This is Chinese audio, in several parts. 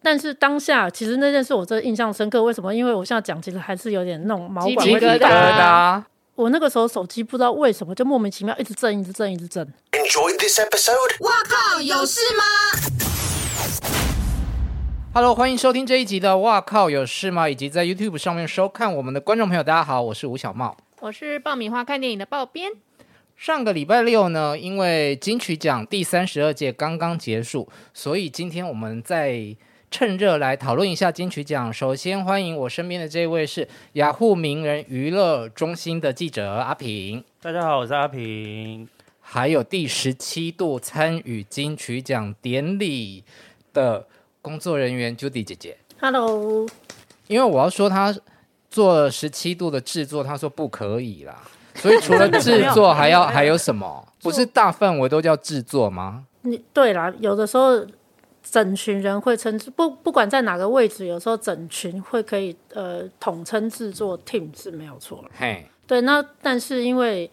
但是当下其实那件事我真的印象深刻，为什么？因为我现在讲，其实还是有点那种毛管鸡会皮起疙瘩啊来。我那个时候手机不知道为什么就莫名其妙一直震，一直震，一直震。 Enjoyed this episode? 哇靠，有事吗？ Hello，欢迎收听这一集的《哇靠有事吗》，以及在 YouTube 上面收看我们的观众朋友，大家好，我是吴小茂。我是爆米花看电影的爆编，上个礼拜六呢，因为金曲奖第三十二届刚刚结束，所以今天我们再趁热来讨论一下金曲奖。首先欢迎我身边的这位是雅虎名人娱乐中心的记者阿平。大家好，我是阿平。还有第十七度参与金曲奖典礼的工作人员 Judy 姐姐， Hello，因为我要说她做十七度的制作，她说不可以啦，所以除了制作还要还有什么？不是大范围都叫制作吗？你对啦，有的时候整群人会称不不管在哪个位置，有时候整群会可以呃统称制作 team 是没有错啦嘿，对，那但是因为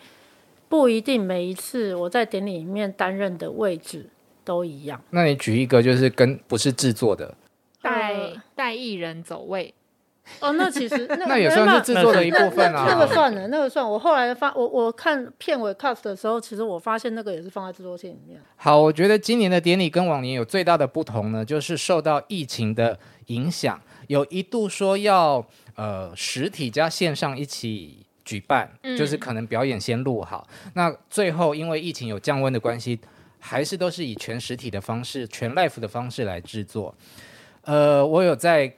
不一定每一次我在典礼里面担任的位置都一样。那你举一个就是跟不是制作的，带带艺人走位，哦，那其 实那那也算是制作的一部分那那个啊。算了，那个算。我后来发我我看片尾 cast 的时候，其实我发现那个也是放在制作线里面。好，我觉得今年的典礼跟往年有最大的不同呢，就是受到疫情的影响，有一度说要呃实体加线上一起举办，嗯就是可能表演先录好，那最后因为疫情有降温的关系，还是都是以全实体的方式、全 l i f e 的方式来制作。呃，我有在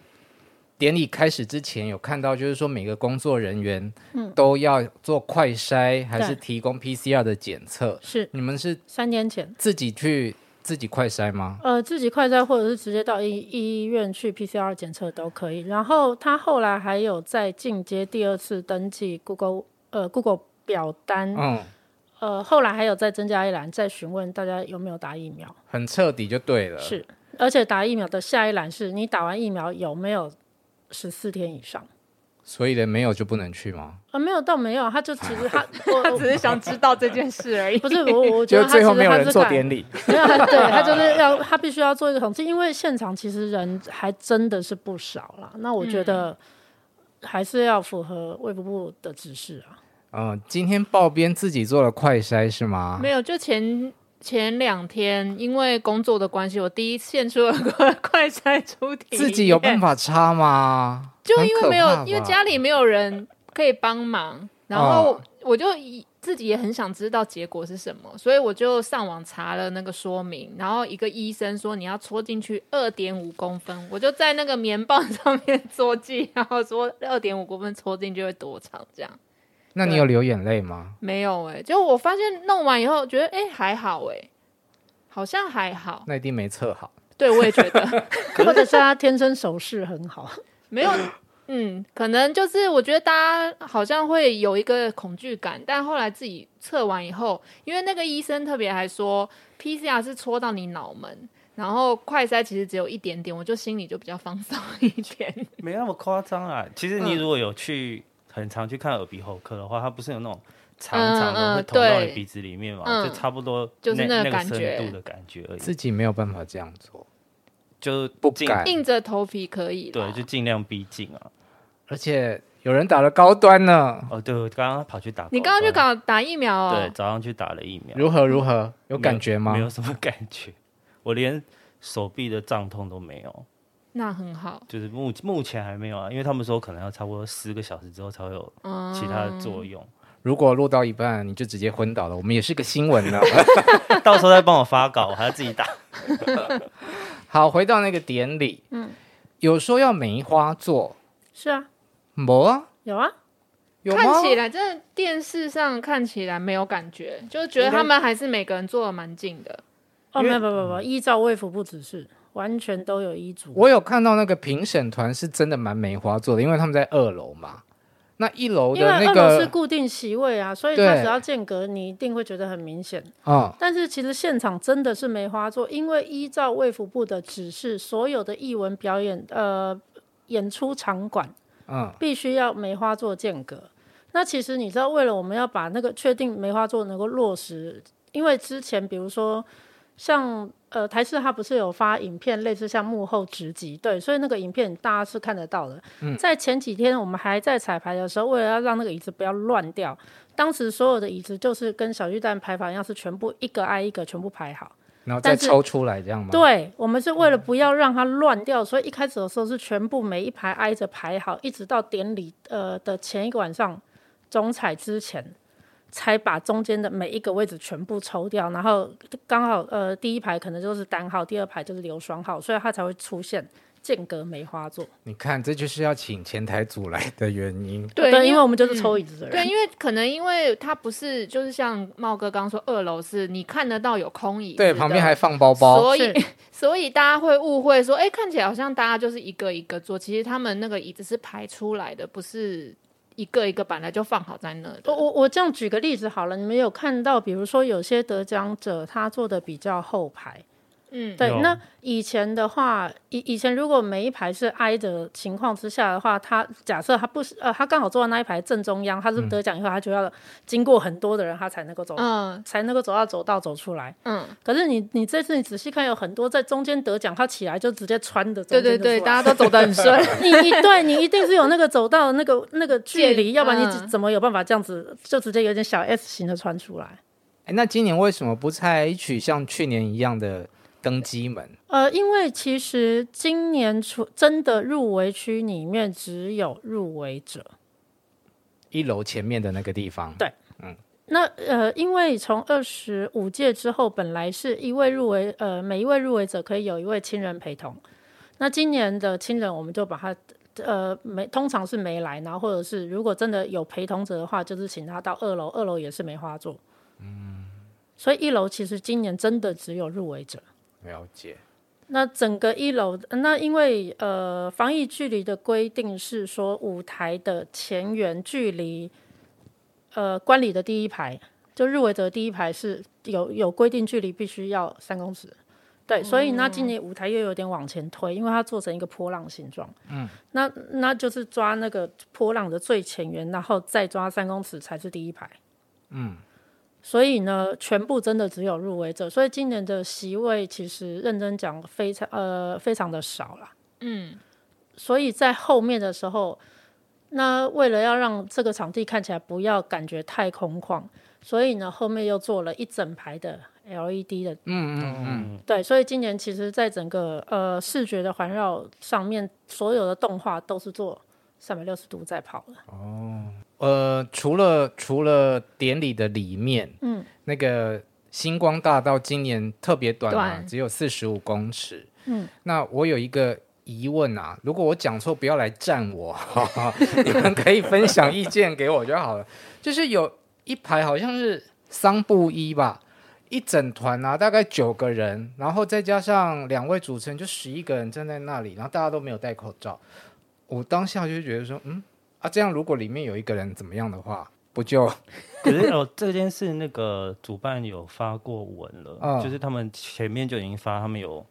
典礼开始之前有看到，就是说每个工作人员都要做快筛，还是对提供 PCR 的检测。是你们是三年前，自己去自己快筛吗？呃，自己快筛或者是直接到医医院去 PCR 检测都可以。然后他后来还有再进阶第二次登记 Google 呃 Google 表单，嗯，呃，后来还有再增加一栏，再询问大家有没有打疫苗。很彻底就对了。，是，而且打疫苗的下一栏是你打完疫苗有没有十四天以上？所以人没有就不能去吗？啊，没有，倒没有，他就其实 他我 他只是想知道这件事而已。不是我，我觉得他其实他是看，礼。没有， 他对他啊就是要他必须要做一个统计，因为现场其实人还真的是不少啦。那我觉得还是要符合卫福部的指示啊。嗯，今天报编自己做了快筛是 吗？没有，就前前两天因为工作的关系，我第一线出了快 快筛出题，自己有办，法插吗？就因很可为没怕有吧，哦因为家里没有人可以帮忙，然后我就以自己也很想知道结果是什么，所以我就上网查了那个说明，然后一个医生说你要戳进去二点五公分，我就在那个棉棒 上面戳记，然后说二点五公分戳进去会多长这样。那你有流眼泪吗？没有哎、就我发现弄完以后觉得哎、还好哎、好像还好，那一定没测好。对我也觉得或者是他天生手势很好，没有，嗯，可能就是我觉得大家好像会有一个恐惧感，但后来自己测完以后，因为那个医生特别还说 PCR 是戳到你脑门，然后快筛其实只有一点点，我就心里就比较放松一点。没那么夸张啊。其实嗯你如果有去、很常去看耳鼻喉科的话，它不是有那种长长嗯嗯的会捅到对你鼻子里面嘛，嗯就差不多就是那那个感个觉深度的感觉而已。自己没有办法这样做，就不尽敢。硬着头皮可以啦，哎对，就尽量逼近啊。而且有人打了高端呢，哦，对，我刚刚跑去打高端，你刚刚就搞打疫苗对，哦，早上去打了疫苗，如何如何？有有感觉吗没？有什么感觉， 我连手臂的胀痛都没有，那很好，就是目目前还没有啊，因为他们说可能要差不多十个小时之后才会有嗯，其他的作用。如果录到一半你就直接昏倒了，我们也是个新闻呢。到时候再帮我发稿，我还要自己打。好，回到那个典礼，嗯，有说要梅花座，是啊，没啊？有啊，有吗？看起来真的电视上看起来没有感觉，就觉得他们还是每个人坐的蛮近的。哦，没有，不不不，依照卫福部指示，完全都有医嘱。我有看到那个评审团是真的蛮梅花座的，因为他们在二楼嘛。那一楼因为的二那楼是个，固定席位啊，所以它对只要间隔，你一定会觉得很明显。嗯，但是其实现场真的是梅花座，因为依照卫福部的指示，所有的艺文表演呃演出场馆，嗯，必须要梅花座间隔。那其实你知道，为了我们要把那个确定梅花座能够落实，因为之前比如说像呃，台视它不是有发影片，类似像幕后直击，对，所以那个影片大家是看得到的。在前几天我们还在彩排的时候，为了要让那个椅子不要乱掉，当时所有的椅子就是跟小巨蛋排法一样，是全部一个挨一个全部排好。然后再但是抽出来这样吗？，对，我们是为了不要让它乱掉，所以一开始的时候是全部每一排挨着排好，一直到典礼呃的前一个晚上总彩之前，才把中间的每一个位置全部抽掉，然后刚好呃第一排可能就是单号，第二排就是流双号，所以它才会出现间隔梅花座。你看这就是要请前台组来的原因。对嗯因为我们就是抽椅子的对，人。因为可能因为它不是，就是像茂哥刚刚说，二楼是你看得到有空椅子的，对，旁边还放包包。所以是 所以大家会误会说，哎、看起来好像大家就是一个一个坐，其实他们那个椅子是排出来的，不是一个一个本来就放好在那的。哦我我我这样举个例子好了，你们有看到，比如说有些得奖者他坐的比较后排，嗯，对有，那以前的话，以以前如果每一排是挨着情况之下的话，他假设他不是呃，他刚好坐在那一排正中央，他是不是得奖以后，他就要经过很多的人，他才能够走，哦嗯才能够走到走道走出来。嗯，可是你你这次你仔细看，有很多在中间得奖，他起来就直接穿的，对对对，大家都走得 很顺。你一对你一定是有那个走道的那个那个距离，见要不然你嗯怎怎么有办法这样子就直接有点小 S 型的穿出来？哎，那今年为什么不采取像去年一样的登机门？呃，因为其实今年出真的入围区里面只有入围者。一楼前面的那个地方？对那呃，因为从二十五届之后，本来是一位入围，呃，每一位入围者可以有一位亲人陪同。那今年的亲人，我们就把他呃没，通常是没来，然后或者是如果真的有陪同者的话，就是请他到二楼，二楼也是梅花座。嗯，所以一楼其实今年真的只有入围者。了解。那整个一楼，那因为呃防疫距离的规定是说舞台的前缘距离，呃观礼的第一排，就入围者的第一排是有有规定距离必须要三公尺，对，所以那今年舞台又有点往前推，因为它做成一个波浪形状，嗯，那那就是抓那个波浪的最前缘，然后再抓三公尺才是第一排，所以呢，全部真的只有入围者，所以今年的席位其实认真讲非常呃非常的少啦。嗯，所以在后面的时候，那为了要让这个场地看起来不要感觉太空旷，所以呢后面又做了一整排的 LED 的，嗯，哦对，所以今年其实在整个呃视觉的环绕上面，所有的动画都是做三百六十度在跑的。呃，除了除了典礼的里面，嗯，那个星光大道今年特别短嘛，短只有四十五公尺。嗯，那我有一个疑问啊，如果我讲错，不要来站我， 你们可以分享意见给我就好了。就是有一排好像是桑布衣吧。一整团啊，大概九个人，然后再加上两位主持人，就十一个人站在那里，然后大家都没有戴口罩。我当下就觉得说，嗯，啊，这样如果里面有一个人怎么样的话，不就 可是哦，这件事那个主办有发过文了，嗯就是他们前面就已经发，他们有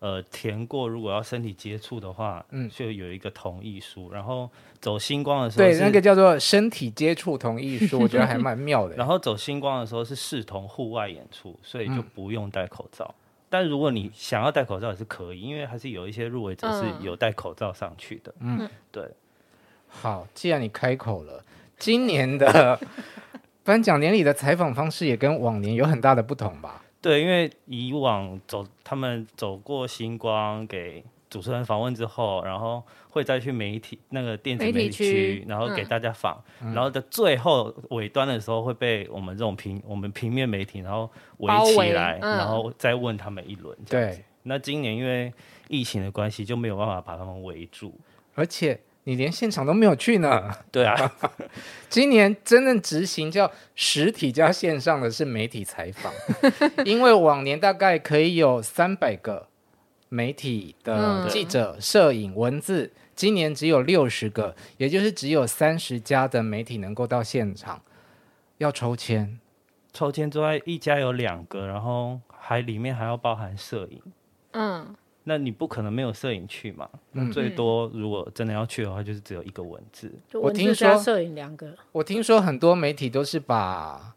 呃填过，如果要身体接触的话，嗯嗯，就有一个同意书。然后走星光的时候对是，那个叫做身体接触同意书，我觉得还蛮妙 的。然后走星光的时候是视同户外演出，所以就嗯不用戴口罩。但如果你想要戴口罩也是可以，因为还是有一些入围者是嗯有戴口罩上去的。嗯，对，好，既然你开口了，今年的颁奖典礼的采访方式也跟往年有很大的不同吧？对，因为以往走他们走过星光给主持人访问之后，然后会再去媒体那个电子媒体媒体区区，然后给嗯大家访，然后的最后尾端的时候会被我们这种平我们平面媒体然后围包围起来，嗯然后再问他们一轮。这样子对，那今年因为疫情的关系，就没有办法把他们围住。而且你连现场都没有去呢。对啊，今年真正执行叫实体加线上的是媒体采 访，因为往年大概可以有三百个媒体的嗯记者、摄影、文字，今年只有六十个，也就是只有三十家的媒体能够到现场，要抽签。抽签之外，一家有两个，然后还里面还要包含摄影。嗯，那你不可能没有摄影去嘛？那最多如果真的要去的话，就是只有一个文字。就我文听字加 说摄影两个，我听说很多媒体都是把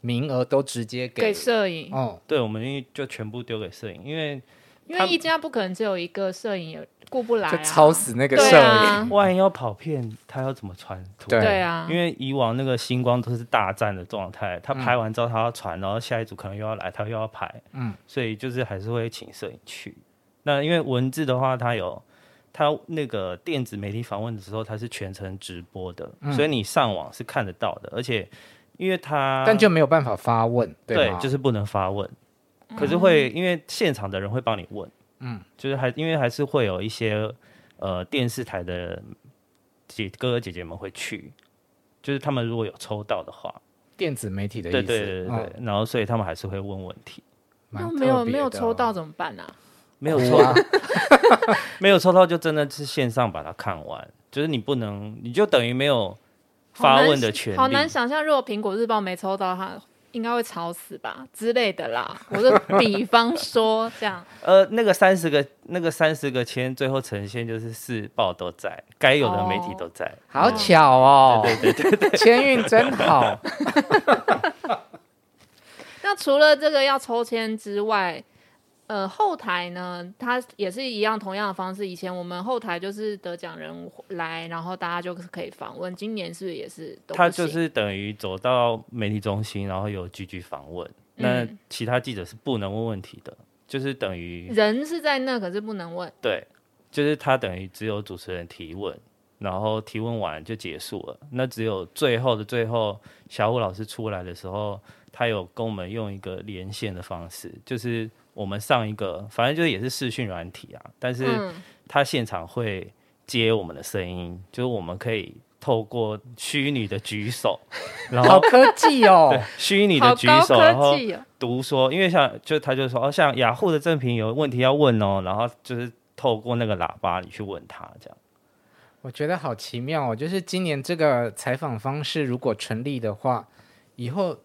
名额都直接给给摄影，哦，对，我们就全部丢给摄影，因为因为他一家不可能只有一个摄影，也顾不来、就啊，超死那个对摄影。啊，万一要跑片，他要怎么传图？对对啊，因为以往那个星光都是大战的状态，他拍完之后他要传，然后下一组可能又要来，他又要拍，嗯嗯，所以就是还是会请摄影去。那因为文字的话，它有它那个电子媒体访问的时候，它是全程直播的，所以你上网是看得到的，而且因为它但就没有办法发问，对吗？就是不能发问，嗯可是会因为现场的人会帮你问，嗯，就是还因为还是会有一些呃电视台的姐哥哥姐姐们会去，就是他们如果有抽到的话，电子媒体的意对思。对对对对，嗯然后所以他们还是会问问题，蛮那特没有别没有的抽哦到怎么办啊？没有抽哭啊到，没有抽到就真的是线上把它看完，就是你不能，你就等于没有好发难问的权利，好难想象，如果苹果日报没抽到他。应该会吵死吧之类的啦，我说比方说这样， 呃，那个三十个，那个三十个签，最后呈现就是四报都在，该有的媒体都在。 好巧哦！对对对对，签运真好。 那除了这个要抽签之外，呃，后台呢，它也是一样同样的方式。以前我们后台就是得奖人来，然后大家就是可以访问。今年是不是也是都不行？他就是等于走到媒体中心，然后有句句访问。那嗯其他记者是不能问问题的，就是等于人是在那，可是不能问。对，就是他等于只有主持人提问，然后提问完就结束了。那只有最后的最后，小虎老师出来的时候，他有跟我们用一个连线的方式，就是我们上一个，反正就是也是视讯软体啊，但是。嗯，他现场会接我们的声音，就是我们可以透过虚拟的举手，然好后科技哦对！虚拟的好举高手，然科后技、哦。读说，因为像就他就说哦，像雅虎的正品有问题要问哦，然后就是透过那个喇叭你去问他这样。我觉得好奇妙哦，就是今年这个采访方式如果成立的话，以后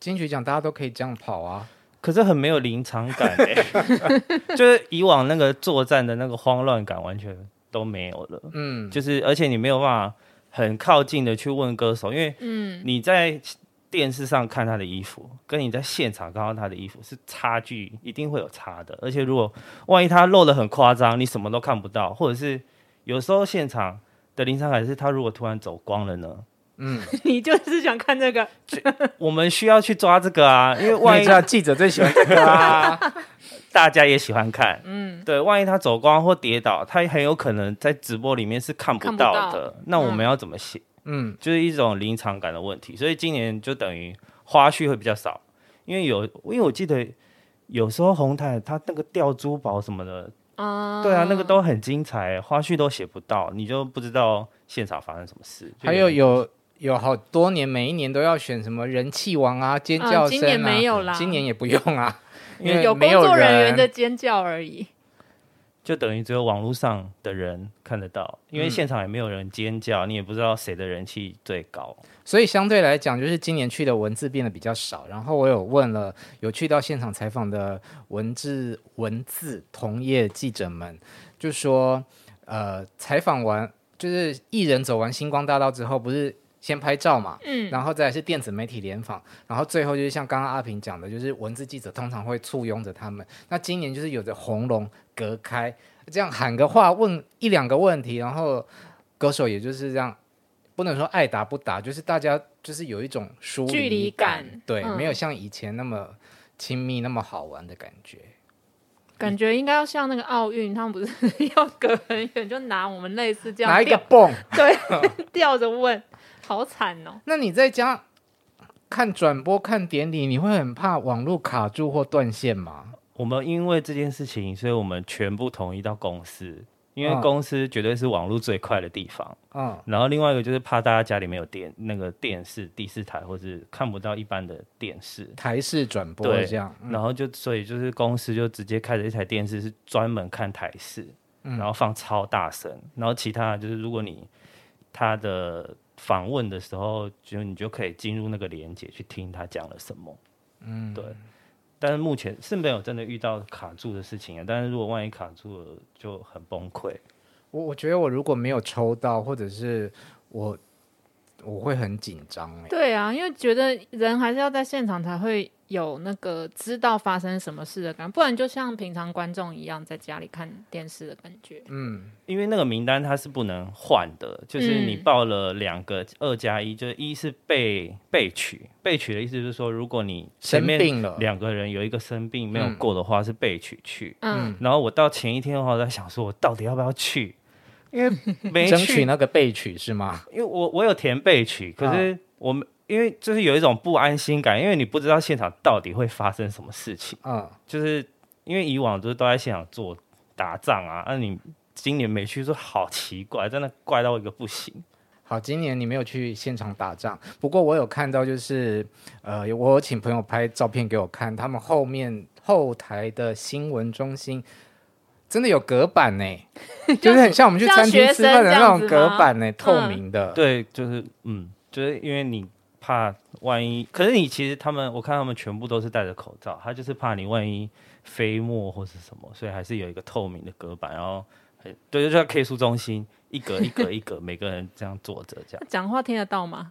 金曲奖大家都可以这样跑啊。可是很没有临场 感哎、就是以往那个作战的那个慌乱感完全都没有了。嗯，就是而且你没有办法很靠近的去问歌手，因为嗯，你在电视上看他的衣服，跟你在现场看到他的衣服是差距，一定会有差的。而且如果万一他露的很夸张，你什么都看不到，或者是有时候现场的临场感是他如果突然走光了呢？你就是想看这个，我们需要去抓这个啊，因为我万也一知道记者最喜欢这个啊。大家也喜欢看，嗯，对，万一他走光或跌倒，他很有可能在直播里面是看不看不到到的。那我们要怎么写？ 嗯，就是一种临场感的问题，所以今年就等于花絮会比较少，因为有，因为我记得有时候红毯它那个吊珠宝什么的，啊、对啊，那个嗯都很精彩，花絮都写不到，你就不知道现场发生什么事。就还有有有好多年，每一年都要选什么人气王啊、尖叫声啊，嗯今年没有啦今年也不用 啊，因为有没工有作人人员的尖叫而已。就等于只有网络上的人看得到，因为嗯现场也没有人尖叫，你也不知道谁的人气最高。所以相对来讲，就是今年去的文字变得比较少。然后我有问了有去到现场采访的文字文字同业记者们，就说，呃，采访完就是艺人走完星光大道之后，不是先拍照嘛，嗯，然后再来是电子媒体联访，然后最后就是像刚刚阿平讲的，就是文字记者通常会簇拥着他们。那今年就是有着红龙隔开，这样喊个话，问一两个问题，然后歌手也就是这样，不能说爱答不答，就是大家就是有一种疏距离离感对，嗯没有像以前那么亲密、那么好玩的感觉。感觉应该要像那个奥运，他们不是 要隔很远，就拿我们类似这样拿一个吊泵， 对吊着问，好惨哦。那你在家看转播、看典礼，你会很怕网络卡住或断线吗？我们因为这件事情，所以我们全部统一到公司，因嗯为公司绝对是网络最快的地方。嗯，然后另外一个就是怕大家家里没有电，那个电视第四台或是看不到一般的电视，台式转播对这样，嗯然后就所以就是公司就直接开了一台电视是专门看台视，然后放超大声，然后其他的就是如果你他的访问的时候，就你就可以进入那个连接去听他讲了什么，嗯，对。但是目前是没有真的遇到卡住的事情啊，但是如果万一卡住了，就很崩溃。我我觉得我如果没有抽到，或者是我我会很紧张哎、对啊，因为觉得人还是要在现场才会有那个知道发生什么事的感，不然就像平常观众一样在家里看电视的感觉。嗯，因为那个名单它是不能换的，就是你嗯报了两个二加一，就是一是被被取，被取的意思就是说，如果你前生面病了两个人有一个生病没有嗯过的话，是被取去。嗯，然后我到前一天的话，我在想说我到底要不要去，因为没争取去，那个备取是吗？因为我我有填被取，可啊是我们、因为就是有一种不安心感，因为你不知道现场到底会发生什么事情。嗯，就是因为以往就是都在现场做打仗啊，那、你今年没去，说好奇怪，真的怪到一个不行。好，今年你没有去现场打仗，不过我有看到，就是呃，有我有请朋友拍照片给我看，他们后面后台的新闻中心真的有隔板 呢、就是很像我们去像餐厅学吃饭生的这那样种子隔吗板呢、透嗯明的。对，就是嗯，就是因为你怕万一，可是你其实他们，我看他们全部都是戴着口罩，他就是怕你万一飞沫或是什么，所以还是有一个透明的隔板，然后很对，就像 K 书中心。一格一格一格，每个人这样坐着，这样讲话听得到吗？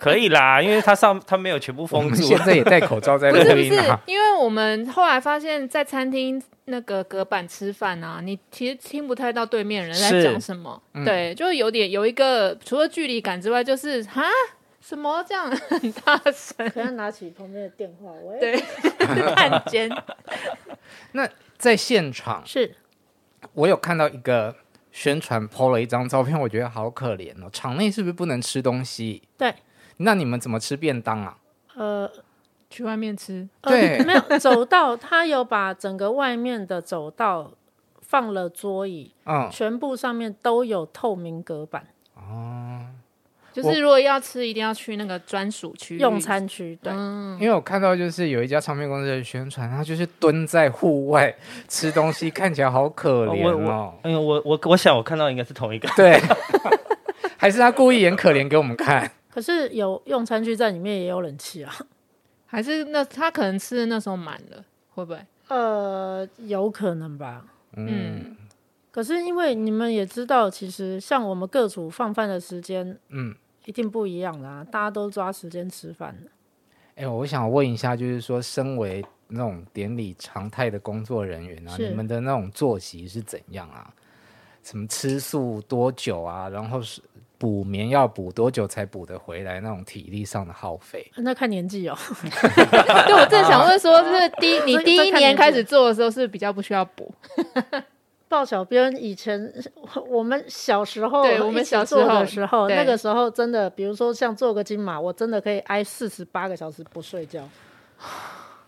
可以啦，因为他上他没有全部我封们 住现，在也戴口罩 在不是录不音是啊，，因为我们后来发现，在餐厅那个隔板吃饭啊，你其实听不太到对面人在是讲什么，对，就有点有一个除了距离感之外，就是哈什么这样很大声，可能拿起旁边的电话，喂，对，探监，在现场是我有看到一个宣传 PO 了一张照片，我觉得好可怜哦。场内是不是不能吃东西？对，那你们怎么吃便当啊？呃，去外面吃，对呃，没有走道，他有把整个外面的走道放了桌椅，嗯，全部上面都有透明隔板，就是如果要吃，一定要去那个专属区域用。餐区对。嗯，因为我看到就是有一家唱片公司的宣传，他就是蹲在户外吃东西，看起来好可怜我哦。哎呦，我我我想我看到应该是同一哦个，对， 还是他故意演可怜给我们看。可是有用餐区在里面也有冷气啊，还是那他可能吃的那时候满了，会不会？呃，有可能吧。嗯，可是因为你们也知道，其实像我们各组放饭的时间，嗯，一定不一样啦，大家都抓时间吃饭。哎、我想问一下，就是说，身为那种典礼常态的工作人员啊，是你们的那种作息是怎样啊？什么吃素多久啊？然后是补眠要补多久才补得回来？那种体力上的耗费，那看年纪哦，对我正想问说， 就是第你这第这一看年年纪开始做的时候，是不是比较不需要补，鲍小编以前我们小时候，对我们小时候的时候，对那个时候真的，比如说像做个金马，我真的可以挨四十八个小时不睡觉。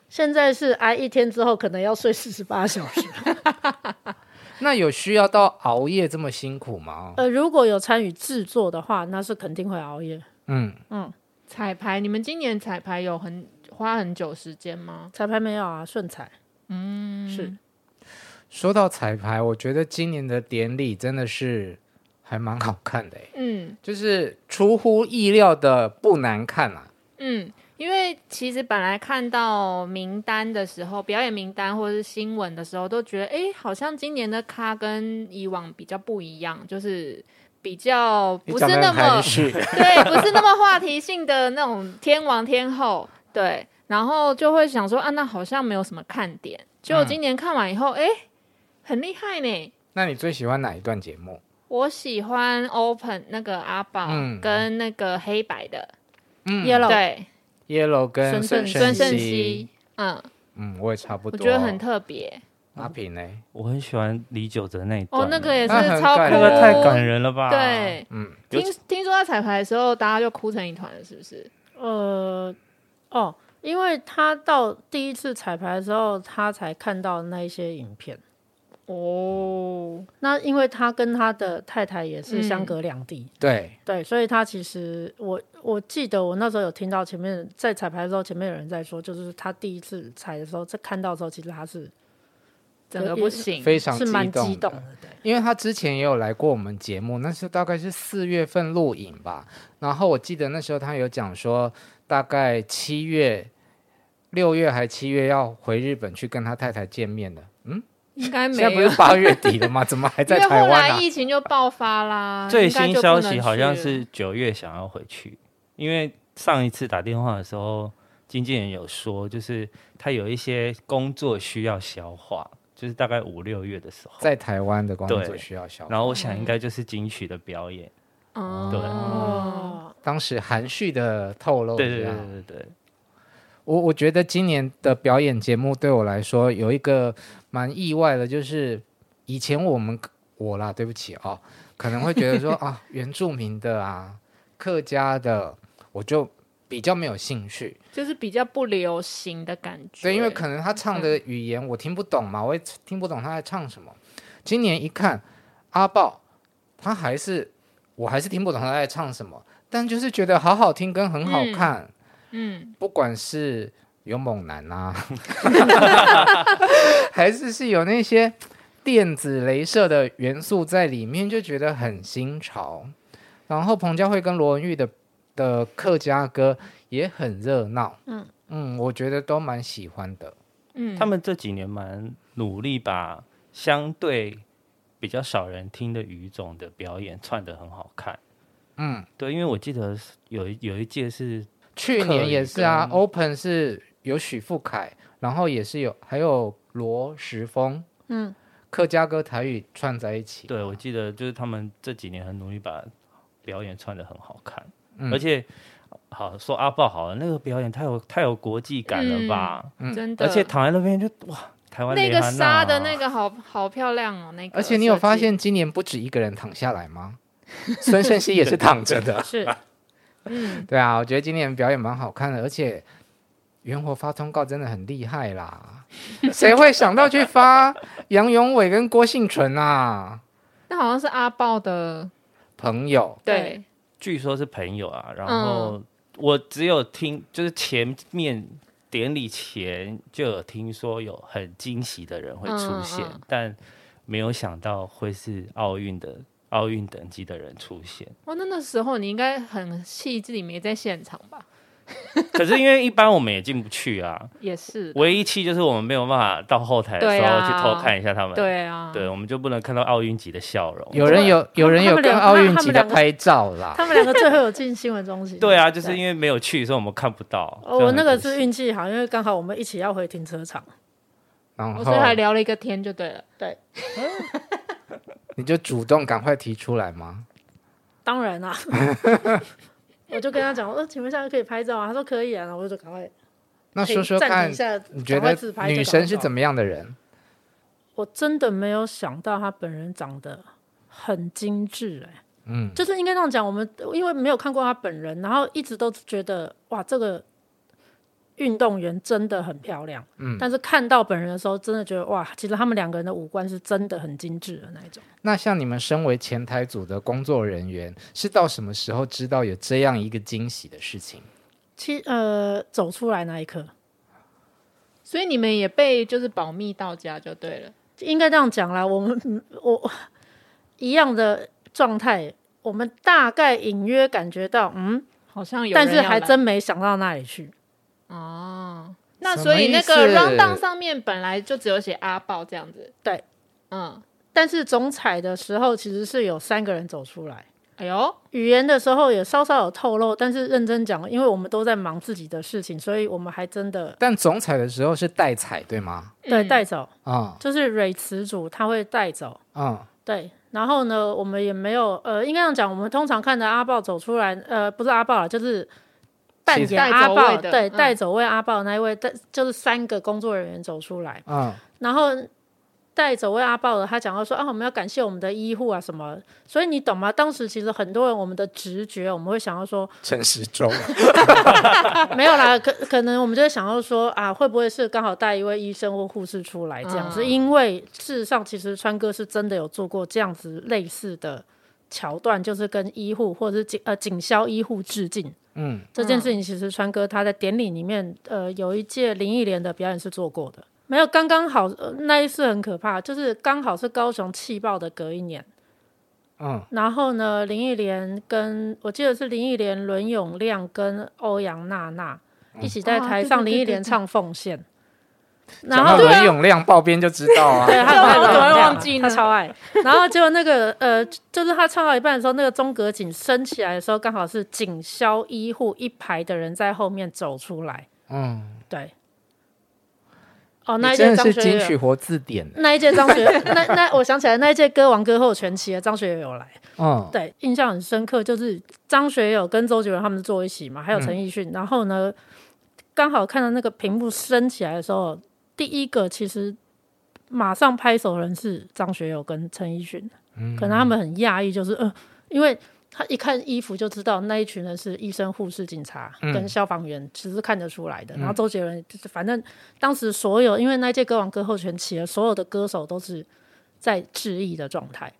现在是挨一天之后，可能要睡四十八小时。 那有需要到熬夜这么辛苦吗？呃，如果有参与制作的话，那是肯定会熬夜。嗯，彩排，你们今年彩排有很花很久时间吗？彩排没有啊，顺彩。嗯，是说到彩排，我觉得今年的典礼真的是还蛮好看的、欸，嗯就是出乎意料的不难看啊。嗯，因为其实本来看到名单的时候，表演名单或者是新闻的时候，都觉得哎、诶好像今年的咖跟以往比较不一样，就是比较你不是讲得那很么含蓄， 对，不是那么话题性的那种天王天后，对，然后就会想说啊，那好像没有什么看点。结嗯果今年看完以后，哎、很厉害呢。那你最喜欢哪一段节目？我喜欢 Open 那个阿宝、嗯跟那个黑白的， yellow。对， Yellow 跟孙胜正孙胜熙熙，，嗯，嗯，我也差不我多。觉得很特别阿平呢？ 我很喜欢李玖哲那一段啊哦，那个也是那很超哭，感那人个太感人了吧？，对，嗯，听听说在彩排的时候，大家就哭成一团了，是不是？呃，哦，因为他到第一次彩排的时候，他才看到那一些影片。哦，那因为他跟他的太太也是嗯相隔两地，对，对，所以他其实我我记得我那时候有听到前面在彩排的时候，前面有人在说，就是他第一次彩的时候，在看到的时候，其实他是整个不行，非常是蛮激激动动的。的，对，因为他之前也有来过我们节目，那是大概是四月份录影吧。然后我记得那时候他有讲说，大概七月、六月还七月要回日本去跟他太太见面的。嗯，应该现没在不有是，八月底了 吗？怎么还因在为台后湾啊来？疫情就爆发啦。啊最应该新就不消能息好像去是九月想要回去，因为上一次打电话的时候，经纪人有说，就是他有一些工作需要消化，就是大概五六月的时候。在台湾的工作对需要消化。然后我想嗯应该就是金曲的表演，哦，当时含蓄的透露，对对哦这样对对对，我我觉得今年的表演节目对我来说有一个蛮意外的，就是以前我们我啦，对不起哦，可能会觉得说啊，原住民的啊，客家的，我就比较没有兴趣。就是比较不流行的感觉。对，因为可能他唱的语言我听不懂嘛，我也听不懂他在唱什么。今年一看阿豹，他还是我还是听不懂他在唱什么，但就是觉得好好听跟很好看。嗯，不管是有猛男啊，还是是有那些电子镭射的元素在里面，就觉得很新潮。然后彭佳慧跟罗文玉的的客家歌也很热闹，嗯嗯，我觉得都蛮喜欢的。嗯，他们这几年蛮努力把相对比较少人听的语种的表演串的很好看。嗯，对，因为我记得有一有一届是去年也是啊客语跟，Open 是有许富凯，然后也是有还有罗时丰，嗯，客家歌台语串在一起。对，我记得就是他们这几年很努力把表演串的很好看，嗯而且好说阿豹好了，那个表演太有太有国际感了吧？嗯真的，而且躺在那边就哇，台湾那个纱沙的那个好好漂亮哦，那个。而且你有发？现今年不止一个人躺下来吗？孙盛熙也是躺 着的。是嗯，对啊，我觉得今年表演蛮好看的，而且袁活发通告真的很厉害啦。谁会想到去发杨永伟跟郭幸存啊？那好像是阿豹的，朋哦友，对对，据说是朋友啊，然嗯后我只有听，就是前面典礼前就有听说有很惊喜的人会出现，嗯嗯嗯但没有想到会是奥运的奥运等级的人出现。哇，那那时候你应该很气自己没在现场吧？可是因为一般我们也进不去啊，也是，唯一气就是我们没有办法到后台的时对候啊去偷看一下他们，对啊，对，我们就不能看到奥运级的笑容。有人有有人有他们跟两奥运他们级的两个拍照啦。他们两个最后有进新闻中心。对啊，就是因为没有去，所以我们看不到。哦，这我样那很个可是惜运气好，因为刚好我们一起要回停车场。然哦，后所以还聊了一个天就对了。对，你就主动赶快提出来吗？当然 啦、我就跟他讲，我说请问一下可以拍照啊？他说可以啊，然后我就赶快那说说停暂停看一，下，你觉赶快得自拍女神是怎？么样的人？就赶快照我真的没有想到她本人长得很精致、哎，嗯，就是应该这样讲，我们因为没有看过她本人，然后一直都觉得哇，这个运动员真的很漂亮，嗯，但是看到本人的时候，真的觉得哇，其实他们两个人的五官是真的很精致的那一种。那像你们身为前台组的工作人员，是到什么时候知道有这样一个惊喜的事情？其呃，走出来那一刻，所以你们也被就是保密到家就对了。应该这样讲啦，我们我一样的状态，我们大概隐约感觉到，嗯，好像有人但要来，是还真没想到那里去。哦。那什所以么那意个思 round down 上面本来就只有写阿豹这样子。对，嗯，但是总采的时候，其实是有三个人走出来。哎呦，语言的时候也稍稍有透露，但是认真讲，因为我们都在忙自己的事情，所以我们还真的但总采的时候是代采对吗？对嗯带走，啊、就是蕊词组他会带走，嗯、对，然后呢，我们也没有，呃，应该这样讲，我们通常看着阿豹走出来，呃，不是阿豹啦，就是扮其演阿带走豹，位的对，嗯带走位阿豹那一位，带就是三个工作人员走出来，嗯然后带走位阿豹的，他讲到说啊，我们要感谢我们的医护啊什么，所以你懂吗？当时其实很多人我们的直觉，我们会想要说，啊陈时中，啊没有啦，可可能我们就会想要说啊，会不会是刚好带一位医生或护士出来这样子？嗯因为事实上，其实川哥是真的有做过这样子类似的桥段，就是跟医护或者是警呃警消医护致敬嗯，这件事情。其实川哥他在典礼里面，呃，有一届林忆莲的表演是做过的。没有，刚刚好、呃那一次很可怕，就是刚好是高雄气爆的隔一年。嗯，然后呢，林忆莲跟我记得是林忆莲、伦永亮跟欧阳娜娜一起在台哦嗯上，对对对林忆莲唱《奉献》，然讲后到对啊伦永亮爆边就知道啊。 对，他对啊他我怎么会忘记他呢超爱。然后结果那个呃，就是他唱到一半的时候，那个中格警升起来的时候，刚好是警消医护一排的人在后面走出来。嗯，对，哦，那你一届真的张是学金曲友，活字典。那一届张学，那那我想起来，那一届歌王歌后全齐的张学友有来。嗯，对，印象很深刻，就是张学友跟周杰伦他们坐一起嘛，还有陈奕迅。然后呢，刚好看到那个屏幕升起来的时候，第一个其实马上拍手的人是张学友跟陈奕迅，可能他们很讶异，就是呃，因为。他一看衣服就知道那一群人是医生、护士、警察跟消防员，其实看得出来的。然后周杰伦就是，反正当时所有因为那届歌王歌后全齐了，所有的歌手都是在致意的状态。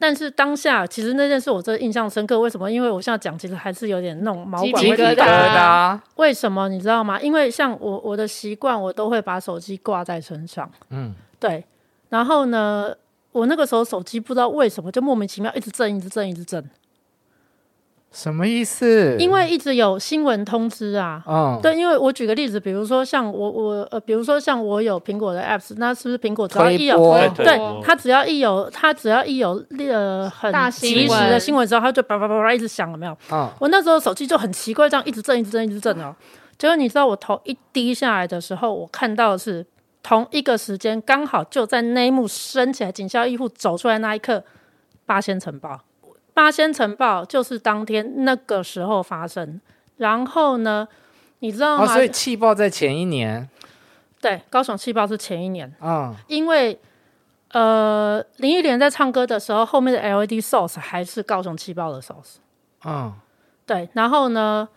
但是当下其实那件事我真的印象深刻，为什么？因为我现在讲其实还是有点弄毛管鸡会皮疙瘩啊瘩。为什么你知道吗？因为像我我的习惯，我都会把手机挂在身上。嗯，对。然后呢，我那个时候手机不知道为什么就莫名其妙一直震，一直震，一直震，什么意思？因为一直有新闻通知啊。嗯，对，因为我举个例子，比如说像我我呃，比如说像我有苹果的 apps，那是不是苹果只要一推嗯有播对对哦他只要一有他只要一有呃很大新及时的闻新闻之后，他就叭叭叭叭一直响，有没有？嗯我那时候手机就很奇怪，这样一直震，一直震，一直震哦。结果你知道我头一低下来的时候，我看到的是同一个时间，刚好就在那一幕升起来，警校医护走出来那一刻，八仙城堡，八仙城堡就是当天那个时候发生。然后呢，你知道哦，吗？所以气爆在前一年。对，高雄气爆是前一年。嗯因为呃，林忆莲在唱歌的时候，后面的 LED source 还是高雄气爆的 source。嗯对，然后呢，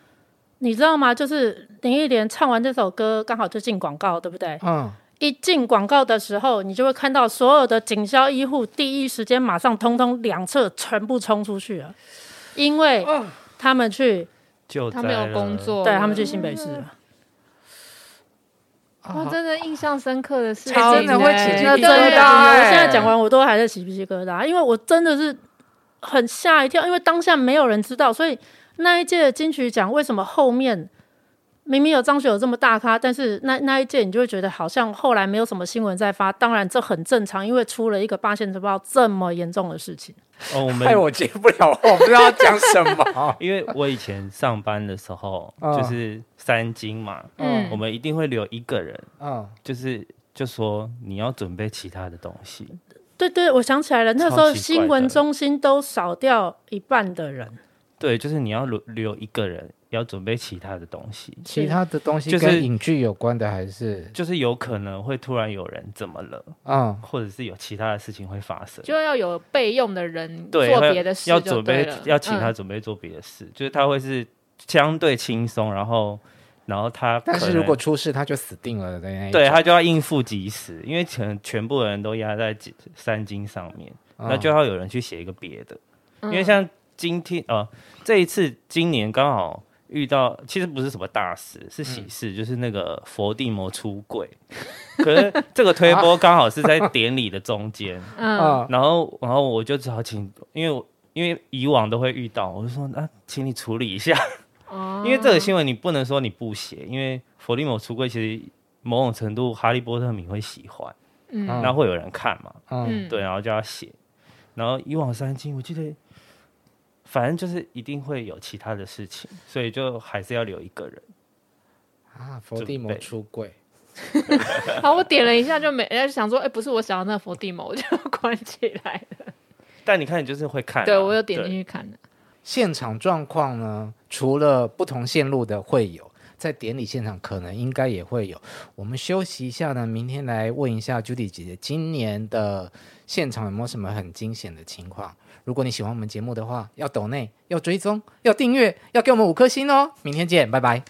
你知道吗？就是林忆莲唱完这首歌，刚好就进广告，对不对？嗯，一进广告的时候，你就会看到所有的警消医护第一时间马上通通两侧全部冲出去了，因为他们去，就他没有工，作，对他们去新北市了。哇，真的印象深刻的事情超欸，真的会起鸡皮那疙真瘩的，哎我现在讲完我都还在起鸡皮疙瘩，因为我真的是很吓一跳，因为当下没有人知道，所以那一届的金曲奖为什么后面明明有张学友这么大咖，但是那那一届你就会觉得好像后来没有什么新闻在发，当然这很正常，因为出了一个八仙城堡这么严重的事情，哦，我们。害我接不了话， 我不知道讲什么因为我以前上班的时候嗯就是三金嘛，嗯我们一定会留一个人， 嗯，就是就说你要准备其他的东西，对对，我想起来了，那时候超奇怪的新闻中心都少掉一半的人，对，就是你要留留一个人，要准备其他的东西，其他的东西就是跟影剧有关的还是就是有可能会突然有人怎么了，嗯或者是有其他的事情会发生。就要有备用的人对，做会别的事要就准对备了要请他嗯准备做别的事，就是他会是相对轻松，然后然后他但可是能如果出事，他就死定了的那一种对他就要应付及时，因为可能全部人都压在几三金上面，嗯那就要有人去写一个别的，嗯因为像今天呃这一次今年刚好遇到，其实不是什么大事，嗯是喜事，就是那个佛地魔出柜， 可是这个啊推波刚好是在典礼的中间，嗯，嗯然后然后我就只好请，因为我因为以往都会遇到，我就说那、请你处理一下，哦因为这个新闻你不能说你不写，因为佛地魔出柜其实某种程度哈利波特迷会喜欢，嗯那会有人看嘛，嗯嗯对，然后就要写，然后以往三金我记得，反正就是一定会有其他的事情，所以就还是要留一个人。啊，伏地魔出柜，好，我点了一下就没，人家就想说，哎、不是我想要那伏地魔，我就关起来了。但你看，你就是会看啊、对我有点进 对去看了，现场状况呢，除了不同线路的会有，在典礼现场可能应该也会有。我们休息一下呢，明天来问一下 Judy 姐姐，今年的现场有没有什么很惊险的情况？如果你喜欢我们节目的话，要抖内，要追踪，要订阅，要给我们五颗星哦。明天见，拜拜。